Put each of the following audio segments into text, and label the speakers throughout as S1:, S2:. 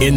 S1: In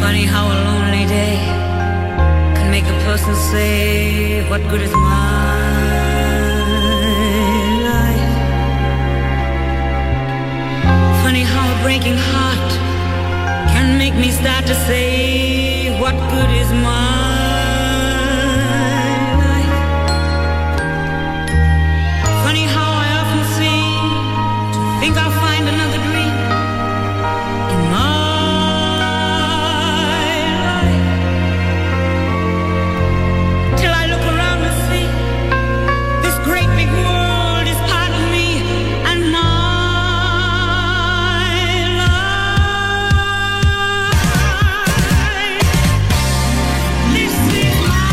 S2: Funny how a lonely day can make a person say, What good is my life? Funny how a breaking heart can make me start to say, What good is my life? Funny how I often seem to think I'll find another dream in my life. Till I look around and see this great big world is part of me and my life. This is my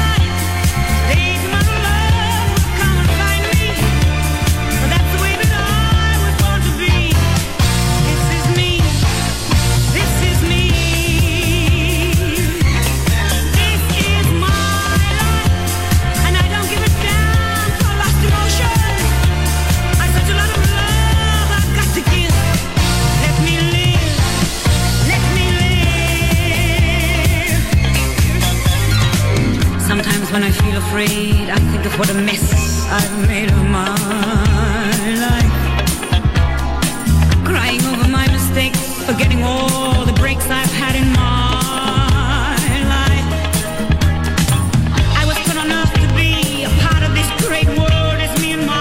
S2: life. Take my love, come and find me. That's the way that I was born to be. This is me. This is me. This is my life, and I don't give a damn for lost emotion. I such a lot of love I've got to give. Let me live. Let me live. Sometimes when I feel afraid, I think of what a mess I've made of my life. Crying over my mistakes, forgetting all the breaks I've had in my life. I was put on earth to be a part of this great world as me and my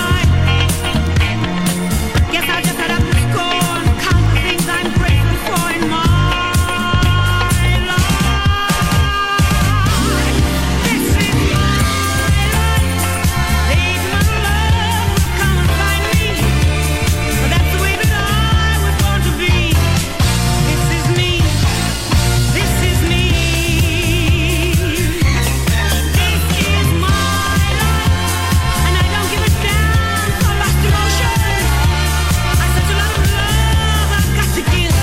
S2: life. Guess I just had up the score and count the things I'm grateful for in my life. This is my life. Take my love, come and find me. That's the way that I was born to be. This is me. This is me. This is my life, and I don't give a damn for lost emotion. I such a lot of love I've got to give.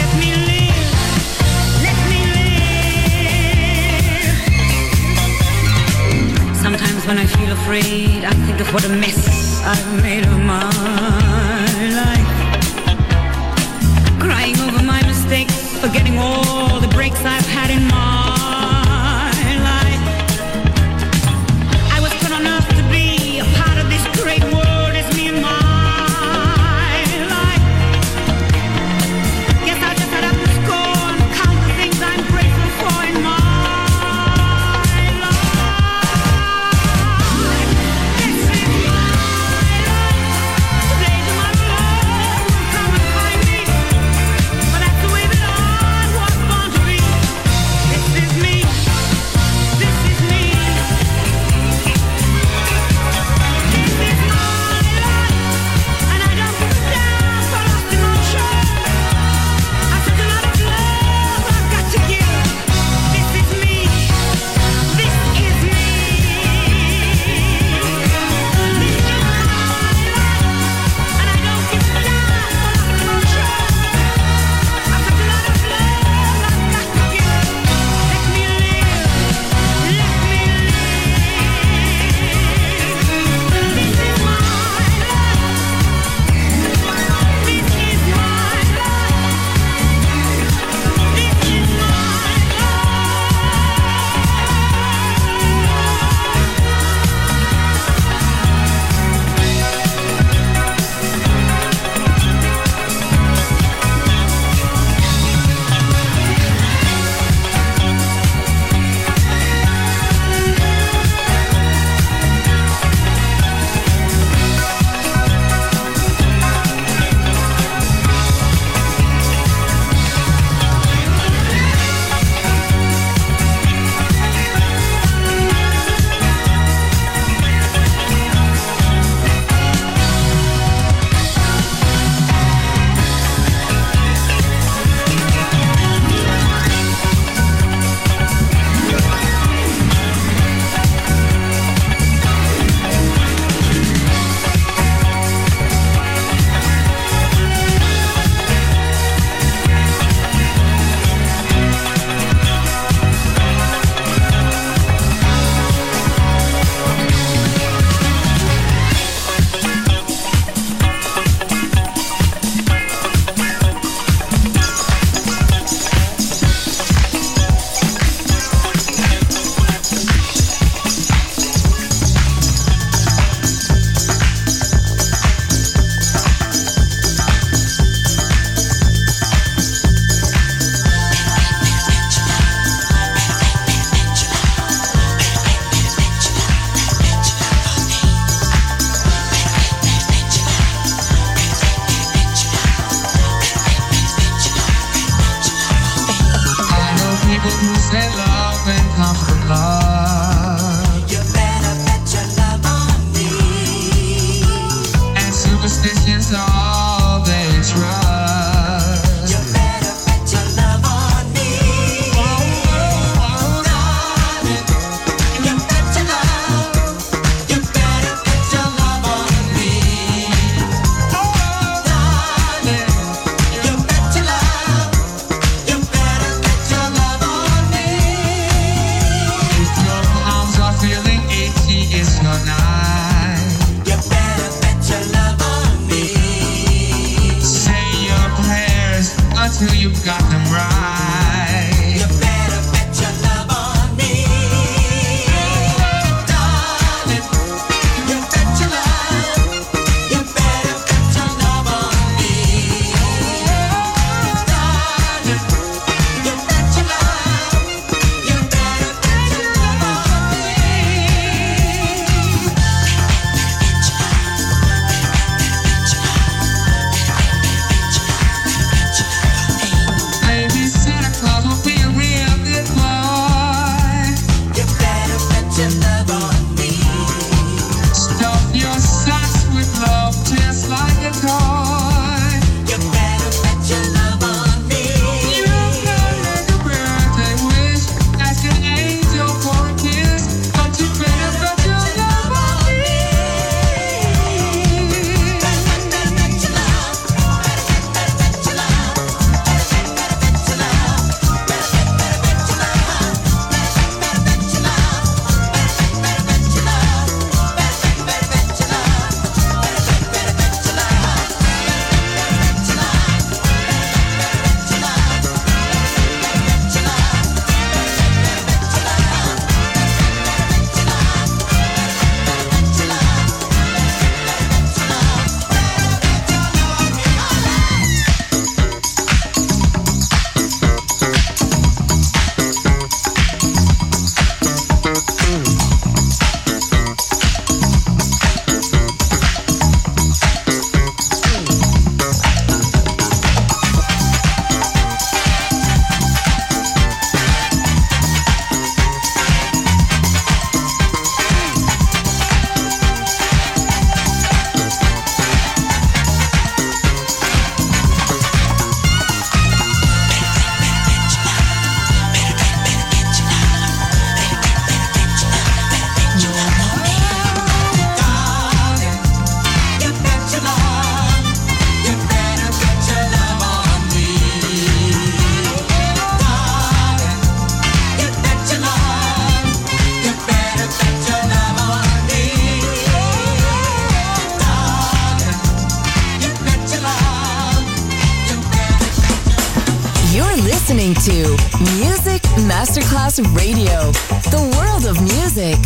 S2: Let me live. Let me live. Sometimes when I feel afraid, I think of what a mess I've made of my life. Crying over my mistakes, forgetting all the breaks I've had in my life. I was put on earth to be a part of this great world as me and my life. Guess I just had up the score and count the things I'm grateful for in my life. This is my life. Today's my love. Come and find me. But that's the way that I was born to be. This
S3: and loving comes to love.
S4: You better bet your love on me.
S3: And superstition's all they trust.
S4: You better bet your love on me.
S3: Oh, oh, oh,
S4: Darling, you bet your love. You better bet your love on me.
S3: oh,
S4: Darling, you bet your love. You better bet your love on me.
S3: If your arms are feeling itchy, it's not nice.
S4: You better bet your love on me.
S3: Say your prayers until you've got them right.
S4: You better bet your love on me, darling. You bet your love. You better bet your love on me, darling. You bet your love. You better bet your love on me.
S3: Baby Santa Claus will be a real good boy.
S4: You better bet your love on me.
S3: Stuff your socks with love just like a toy.
S4: You better bet your love on me.
S3: You can make a birthday wish, ask an angel for a kiss, but you better bet your love on me.
S5: You're listening to Music Masterclass Radio, the world of music.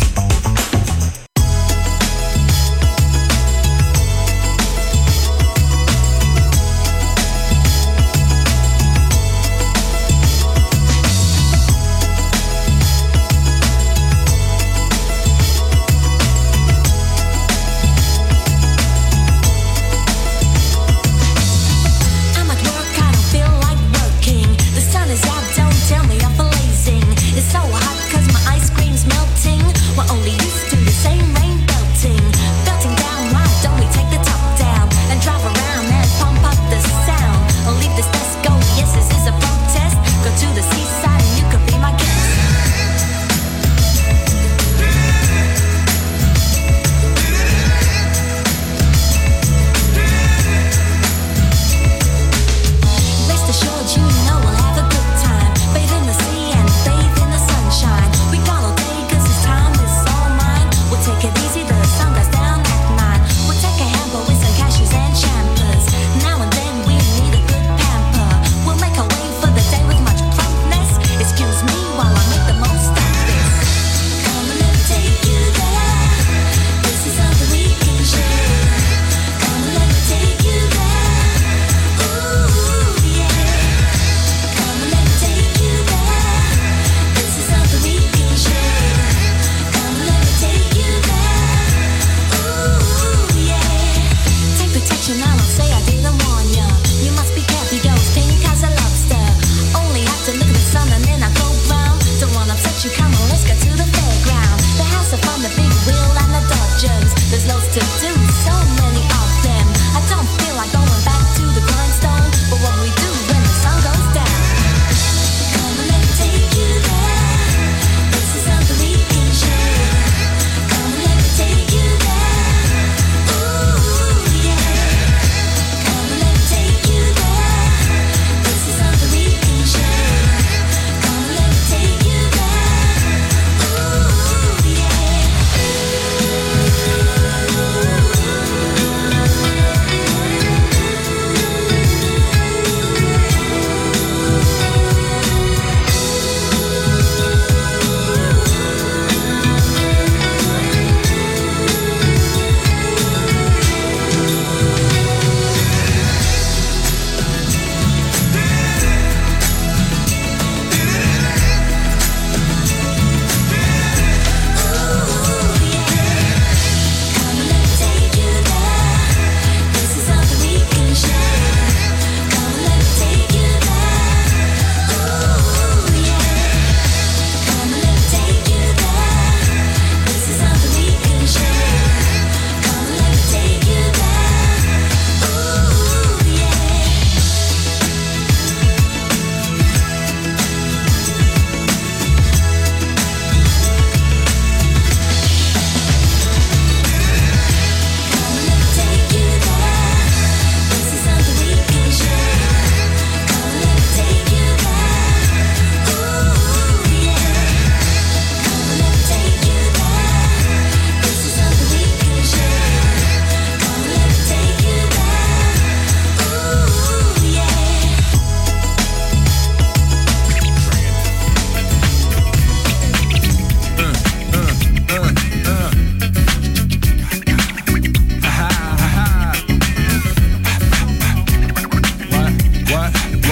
S6: I'm at work, I don't feel like working. The sun is out, don't tell me I'm blazing. It's so hot 'cause my ice cream's melting. Well, only oh,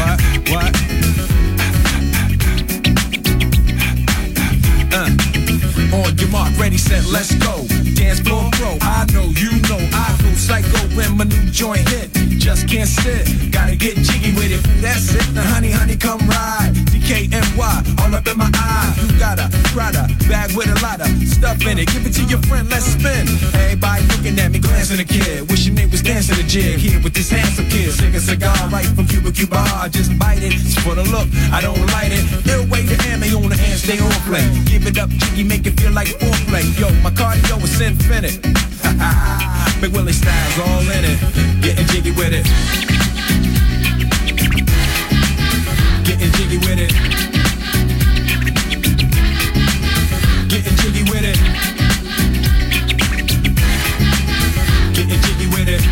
S7: Uh. On your mark, ready, set, let's go. Dance floor pro, I know, you know, I go psycho when my new joint hit. Just can't sit, gotta get jiggy with it. That's it, now honey, honey, come ride. DKNY, all up in my eye. You got a Prada bag with a lot of stuff in it. Give it to your friend, let's spin. Everybody looking at me, glancing a kid. Wishing they was dancing a jig here with this handsome kid. Sick a cigar right from Cuba Cuba. I just bite it. It's for the look, I don't light it. They'll wait to hand me on the hand, stay on play. Give it up, jiggy, make it feel like foreplay. Yo, my cardio is infinite. Big Willie style's all in it. Getting jiggy with it. Getting jiggy with it. Getting jiggy with it. Getting jiggy with it.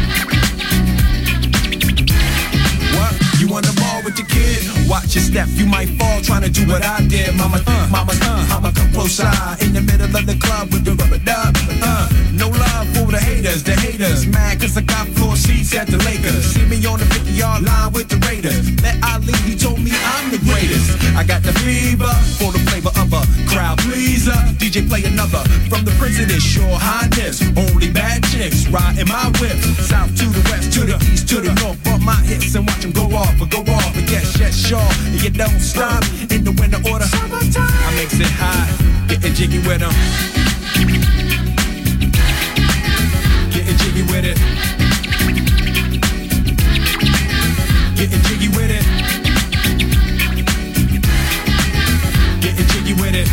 S7: What? You wanna ball with the kid? Watch your step, you might fall trying to do what I did. Mama, uh, mama, uh, I'ma come close side in the middle of the club with the rubber dub. Uh, no love for the haters, the haters. Mad cause I got floor seats at the Lakers. See me on the 50 yard line with the Raiders. Met Ali, he told me I'm the greatest. I got the fever for the flavor of a crowd pleaser. DJ play another from the prison, it's your highness. Only bad chicks riding my whip. South to the west, to the east, to the north. Bump my hips and watch them go off, but go off. But yes, yes, sure. And you don't stop in the winter order. Summertime. I makes it hot, getting jiggy with them. Getting jiggy with it. Getting jiggy with it. Getting jiggy with it.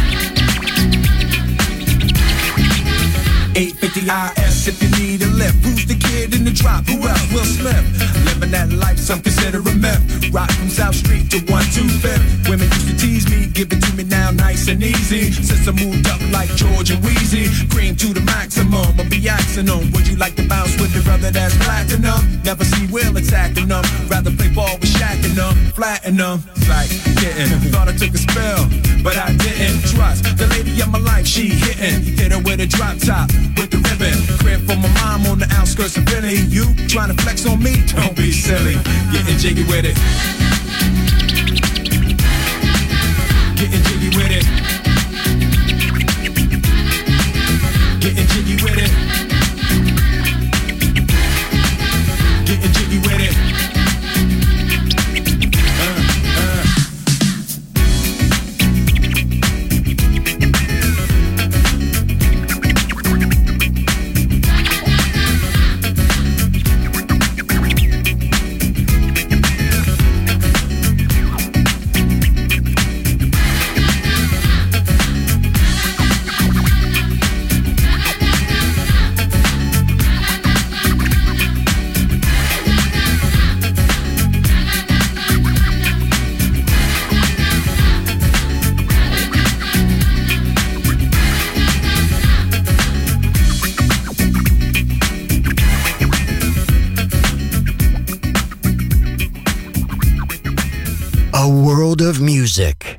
S7: 850 IS if you need a lift. Who's the kid in the drop? Who else? Will Smith. Living that life, some consider a myth. Rock from South Street to 125th. Women used to tease me, give it to me now nice and easy. Since I moved up like George and Wheezy, cream to the maximum. I'll be axing 'em. Would you like to bounce with the brother that's platinum? Never see Will attacking them. Rather play ball with Shaq and them. Flatten them. Like, getting. Thought I took a spell, but I didn't. Trust the lady of my life, she hitting. Hit her with a drop top, with the ribbon. Crib for my mom on the outskirts of Philly. You trying to flex on me? Don't be silly. Getting jiggy with it. Getting jiggy with it. Getting jiggy with it. Getting jiggy with it. Uh, uh.
S1: A world of music,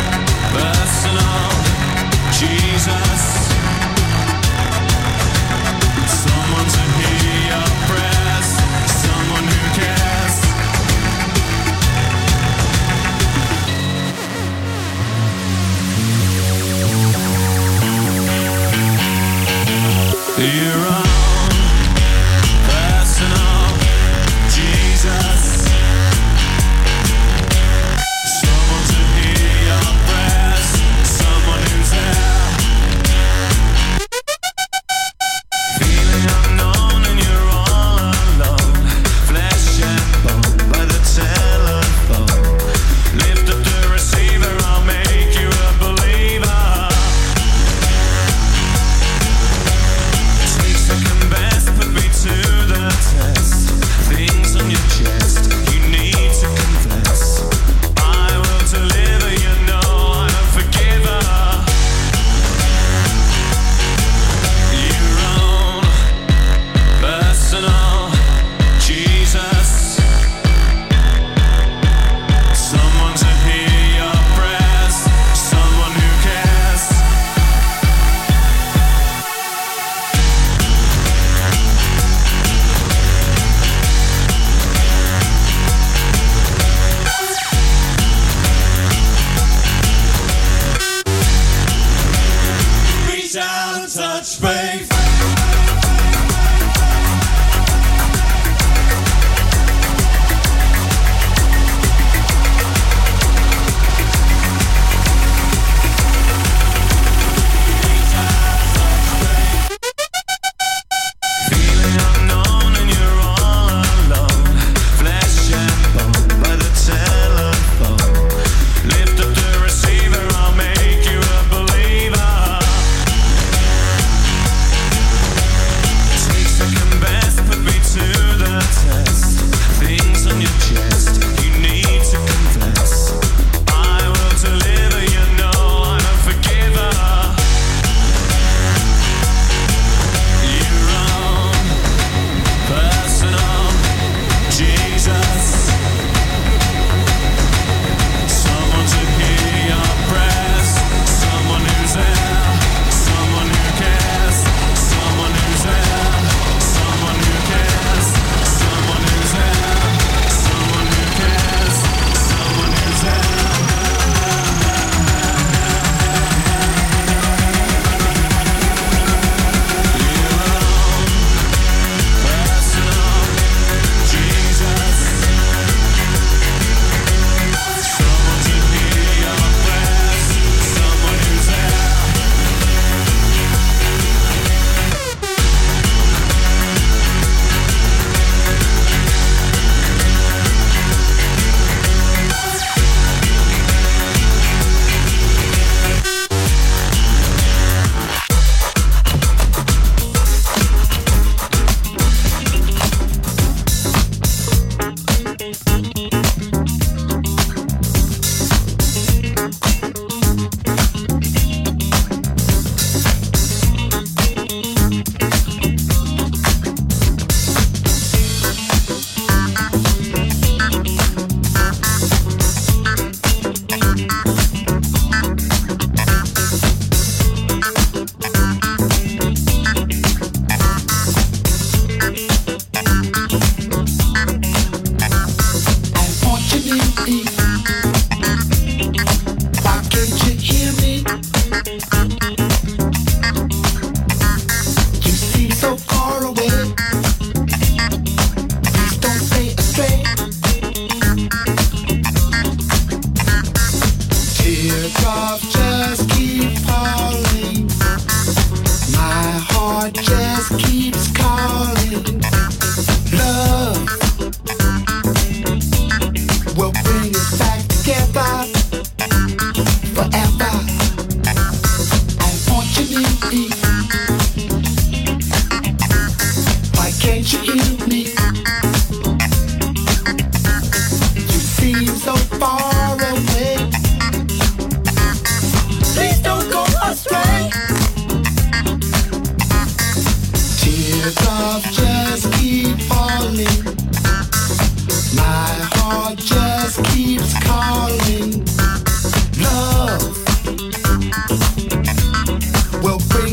S4: You're on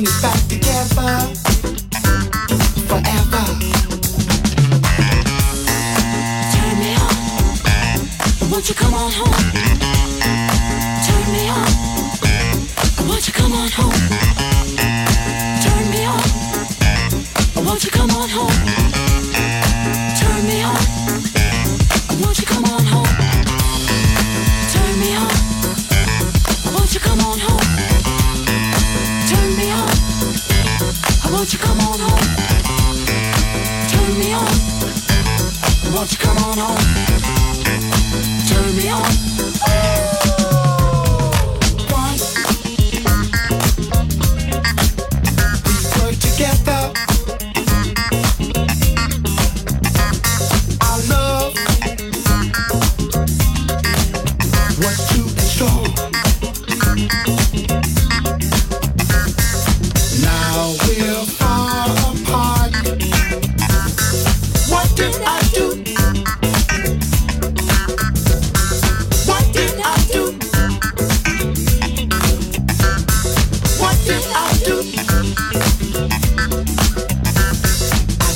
S4: love forever.
S6: Turn me on. Won't you come on home? Turn me on. Won't you come on home? Turn me on. Won't you come on home? Turn me on. Won't you come on home? Turn me on. Won't you come on home? Turn me on. Won't you come on home? Turn me on. Won't you come on home? turn me on. One,
S4: We're together. Our love was too strong. Now we're far apart. What did I do? What did I do? What did I do?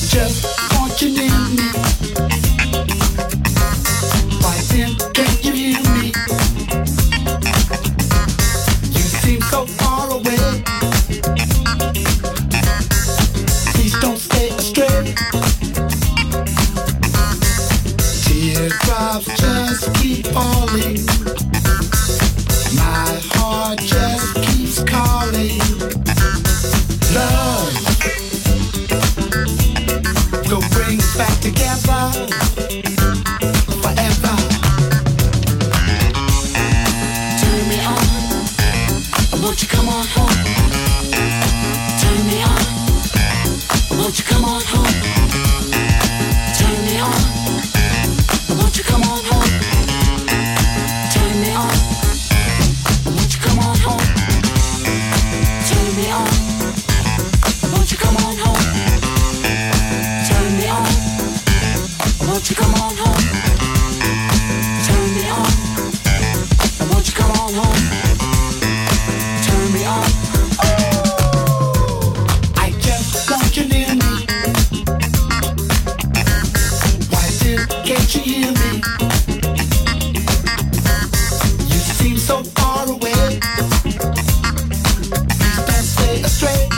S4: just want you near me. Why then can't you hear me? You seem so far away. Please don't stay astray. Teardrops just keep falling. My heart just keeps calling. Love will bring us back together forever.
S6: turn me on. Won't you come on home? Turn me on. Won't you come on home? Turn me on. Won't you come on home? Turn me on. Won't you come on home? Turn me on. Won't you come on home? Turn me on. Won't you come on home? Turn me on. Won't you come on home? Turn me on.
S4: I just want you near me. Why did can't you hear me? You seem so far away. Please don't stay astray.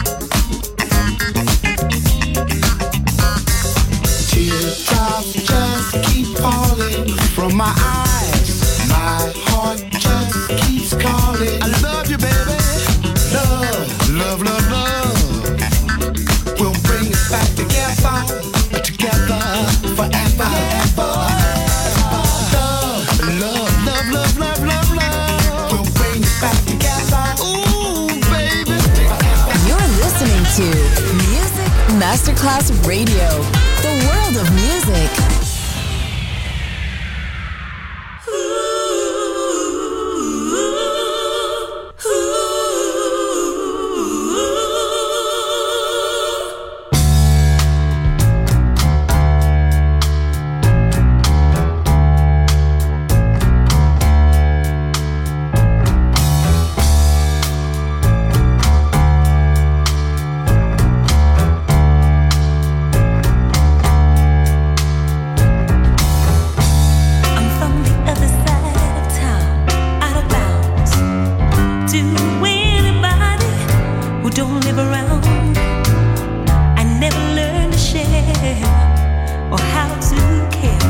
S4: Teardrops just keep falling from my eyes. My heart just keeps calling. I love you, baby. Love, love, love, love will bring us back together, together forever. Love, love, love, love, love, love, love will bring us back together. Ooh, baby.
S5: You're listening to Music Masterclass Radio, the world of music.
S8: I'm from the other side of town, out of bounds to anybody who don't live around. I never learned to share or how to care.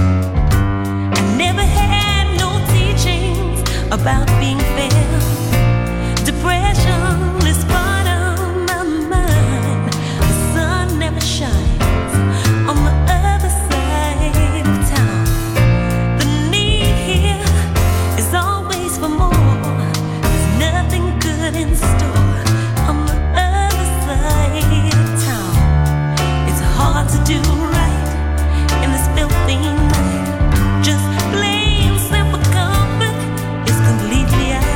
S8: I never had no teachings about being fair. Depression is part of my mind. The sun never shines on the other side of town. The need here is always for more. There's nothing good in store on the other side of town. It's hard to do right in this filthy night. Just blame self for comfort is completely out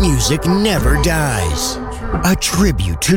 S1: music never dies. A tribute to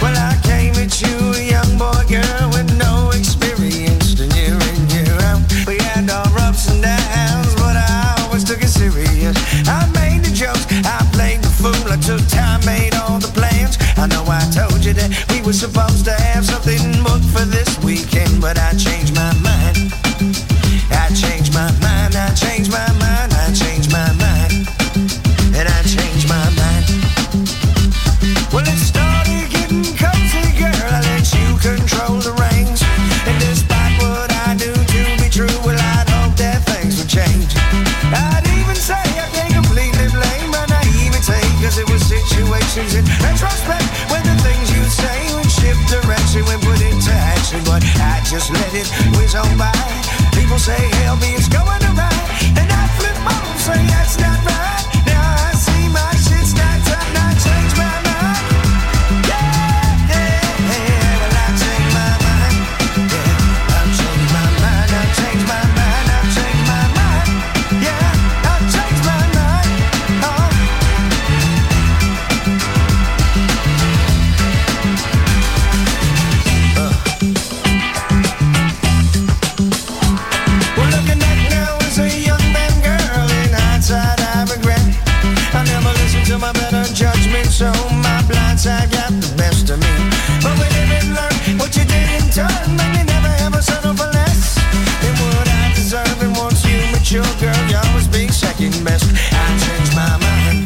S9: Well, I came at you, a young boy girl with no experience. And year in, year out, we had our ups and downs, but I always took it serious. I made the jokes, I played the fool, I took time, made all the plans. I know I told you that we were supposed to have something booked for this weekend, but I changed my mind. I changed my mind, I changed my mind, I changed my mind, and I changed my mind. Well, it started getting cozy, girl. I let you control the reins. And despite what I do to be true, well, I'd hope that things would change. I'd even say I can't completely blame my naivete, cause it was situations in retrospect when the things you say would shift direction when put into action. But I just let it whiz on by. People say, hell me, it's going to ride. And I flip on, say, that's not right. Now I see my shit's not up, not change my mind. Oh. We're looking at now as a young man, girl. In hindsight, I regret I never listened to my better judgment, so my blind side got the best of me. But we live and learn what you did in turn, make me never ever settle for less than what I deserve. And once you mature, girl, you always be second best. I changed my mind,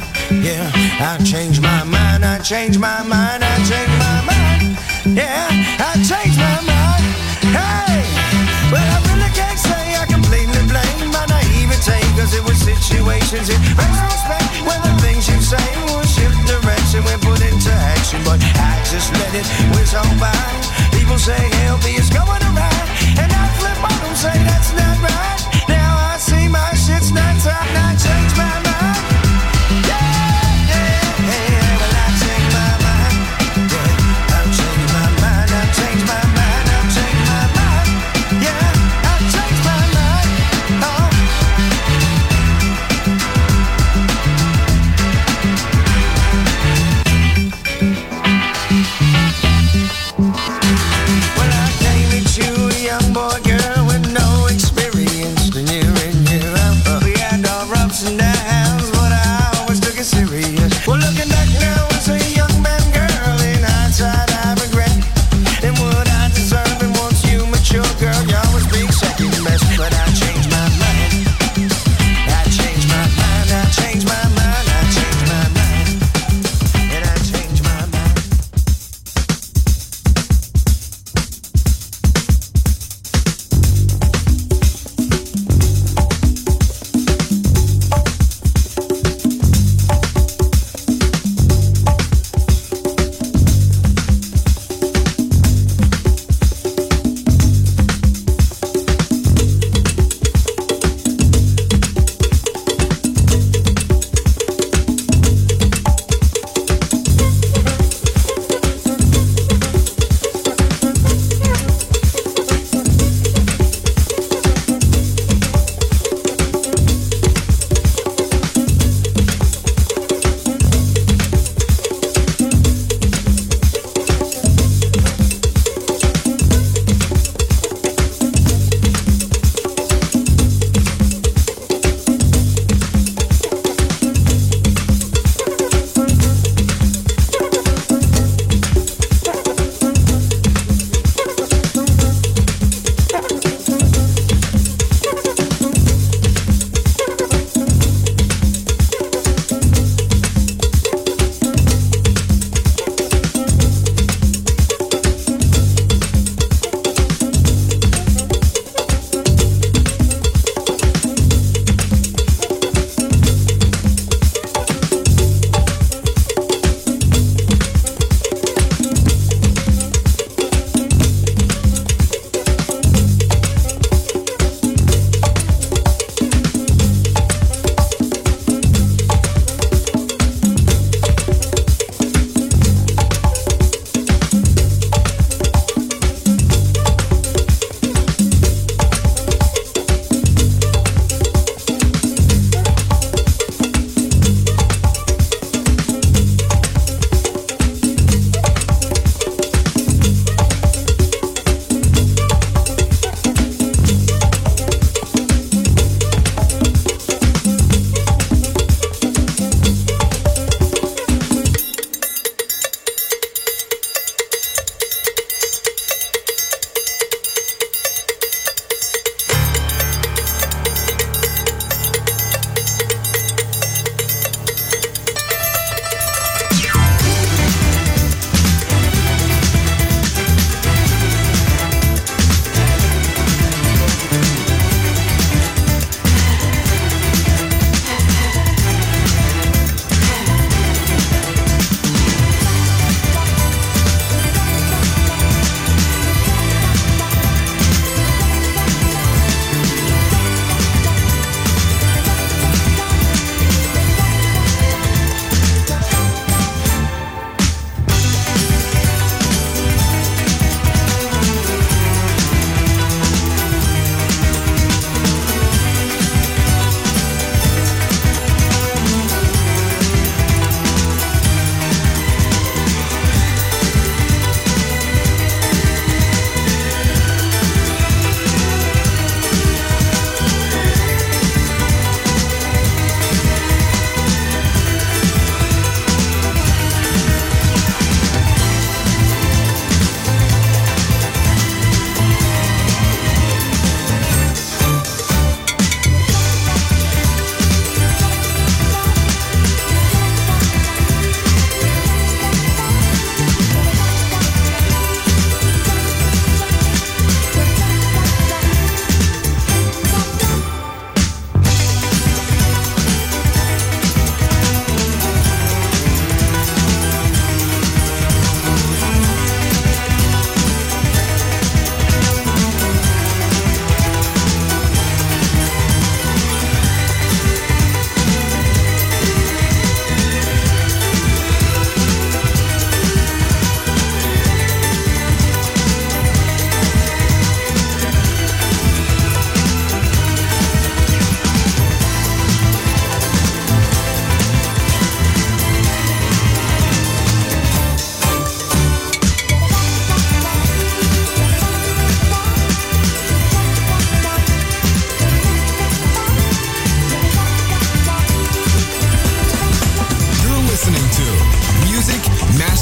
S9: yeah. I changed my mind. I changed my mind. I changed my mind, yeah. I changed my mind. Hey, well I really can't say I completely blame my naivete, cause it was situations in retrospect when the things you say will shift direction when put into action. But I just let it whiz on by. People say hell me is going to ride, and I flip on them, say that's not right. Now I see my shit's not top, and I change my mind. Yeah, yeah, yeah, well I change my mind. Yeah, I've changed my mind, I've changed my mind, I've changed my mind. Yeah, I've changed my mind. Oh. Well, I came at you, a young boy girl with no experience. And year in, year out, uh, we had our ups and downs, but I always took it serious. Well, looking back now as a young man, girl, in hindsight, I regret. And what I deserve, and once you mature, girl, you always be second best. But I changed my mind. I changed my mind. I changed my mind. I changed my mind. And I changed my mind.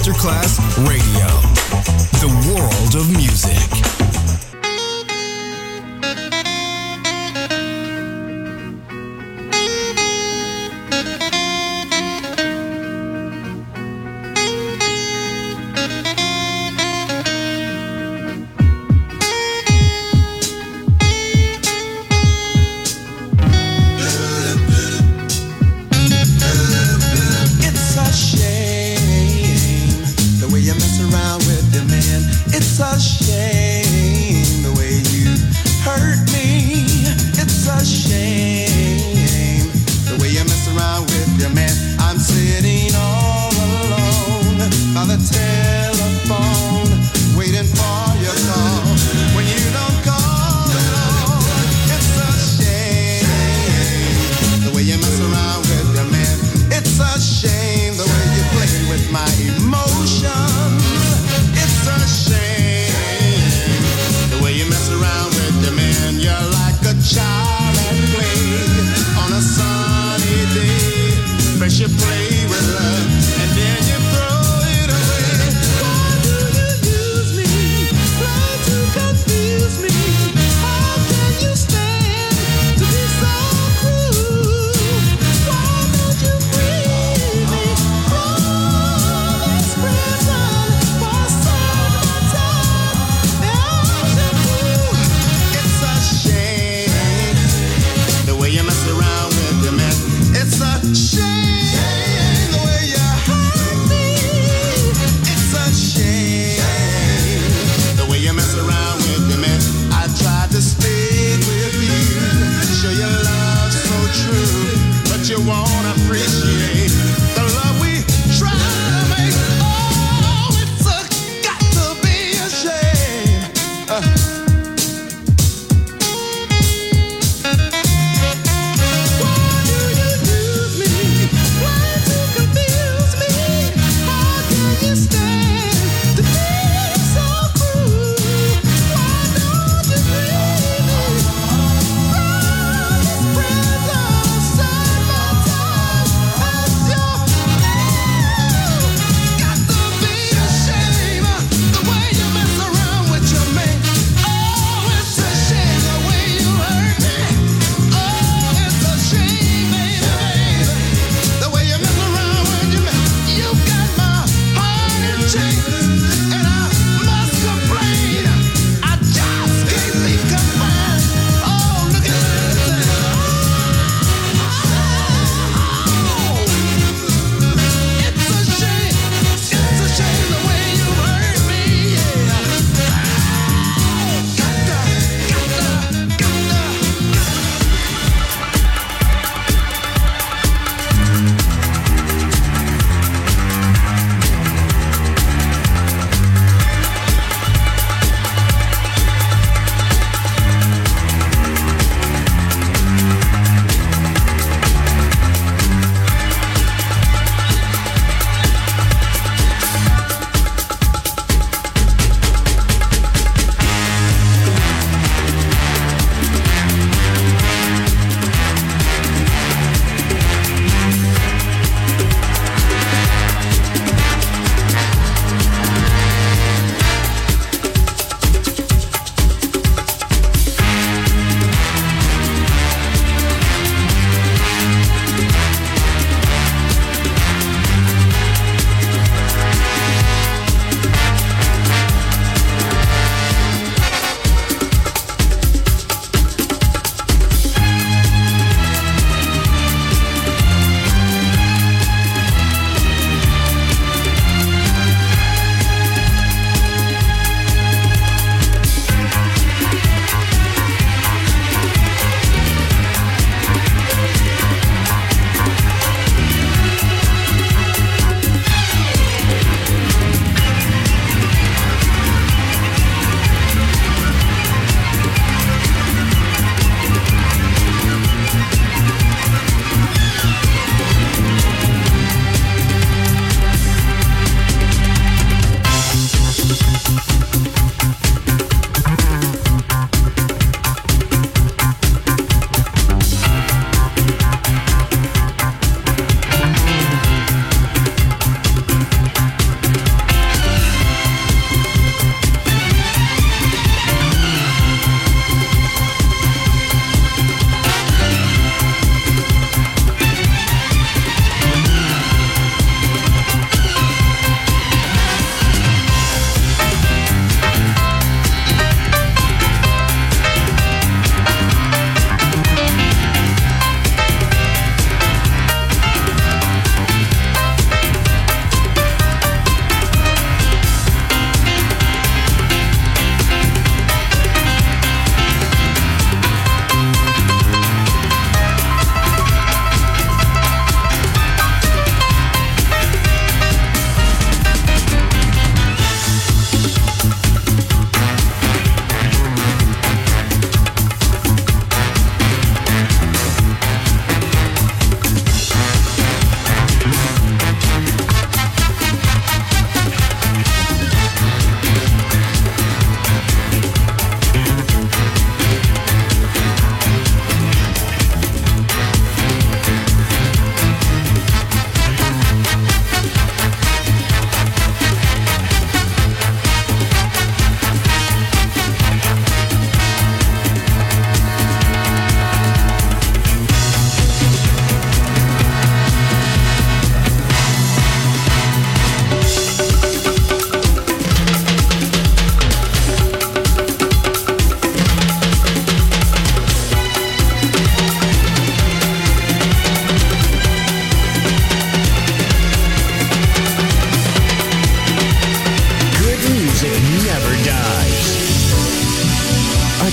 S7: Radio, the world of music.
S4: It's a shame the way you mess around with your man. It's a shame the way you hurt me. It's a shame the way you mess around with your man. I'm sitting all alone by the telephone, waiting for your call. When you don't call at all, it's a shame the way you mess around with your man. It's a shame the way you play with my emotions. It's a shame the way you mess around with your man. You're like a child at play. Oh, Uh. Oh,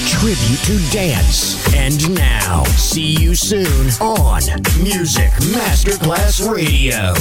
S1: tribute to dance. And now, see you soon on Music Masterclass Radio.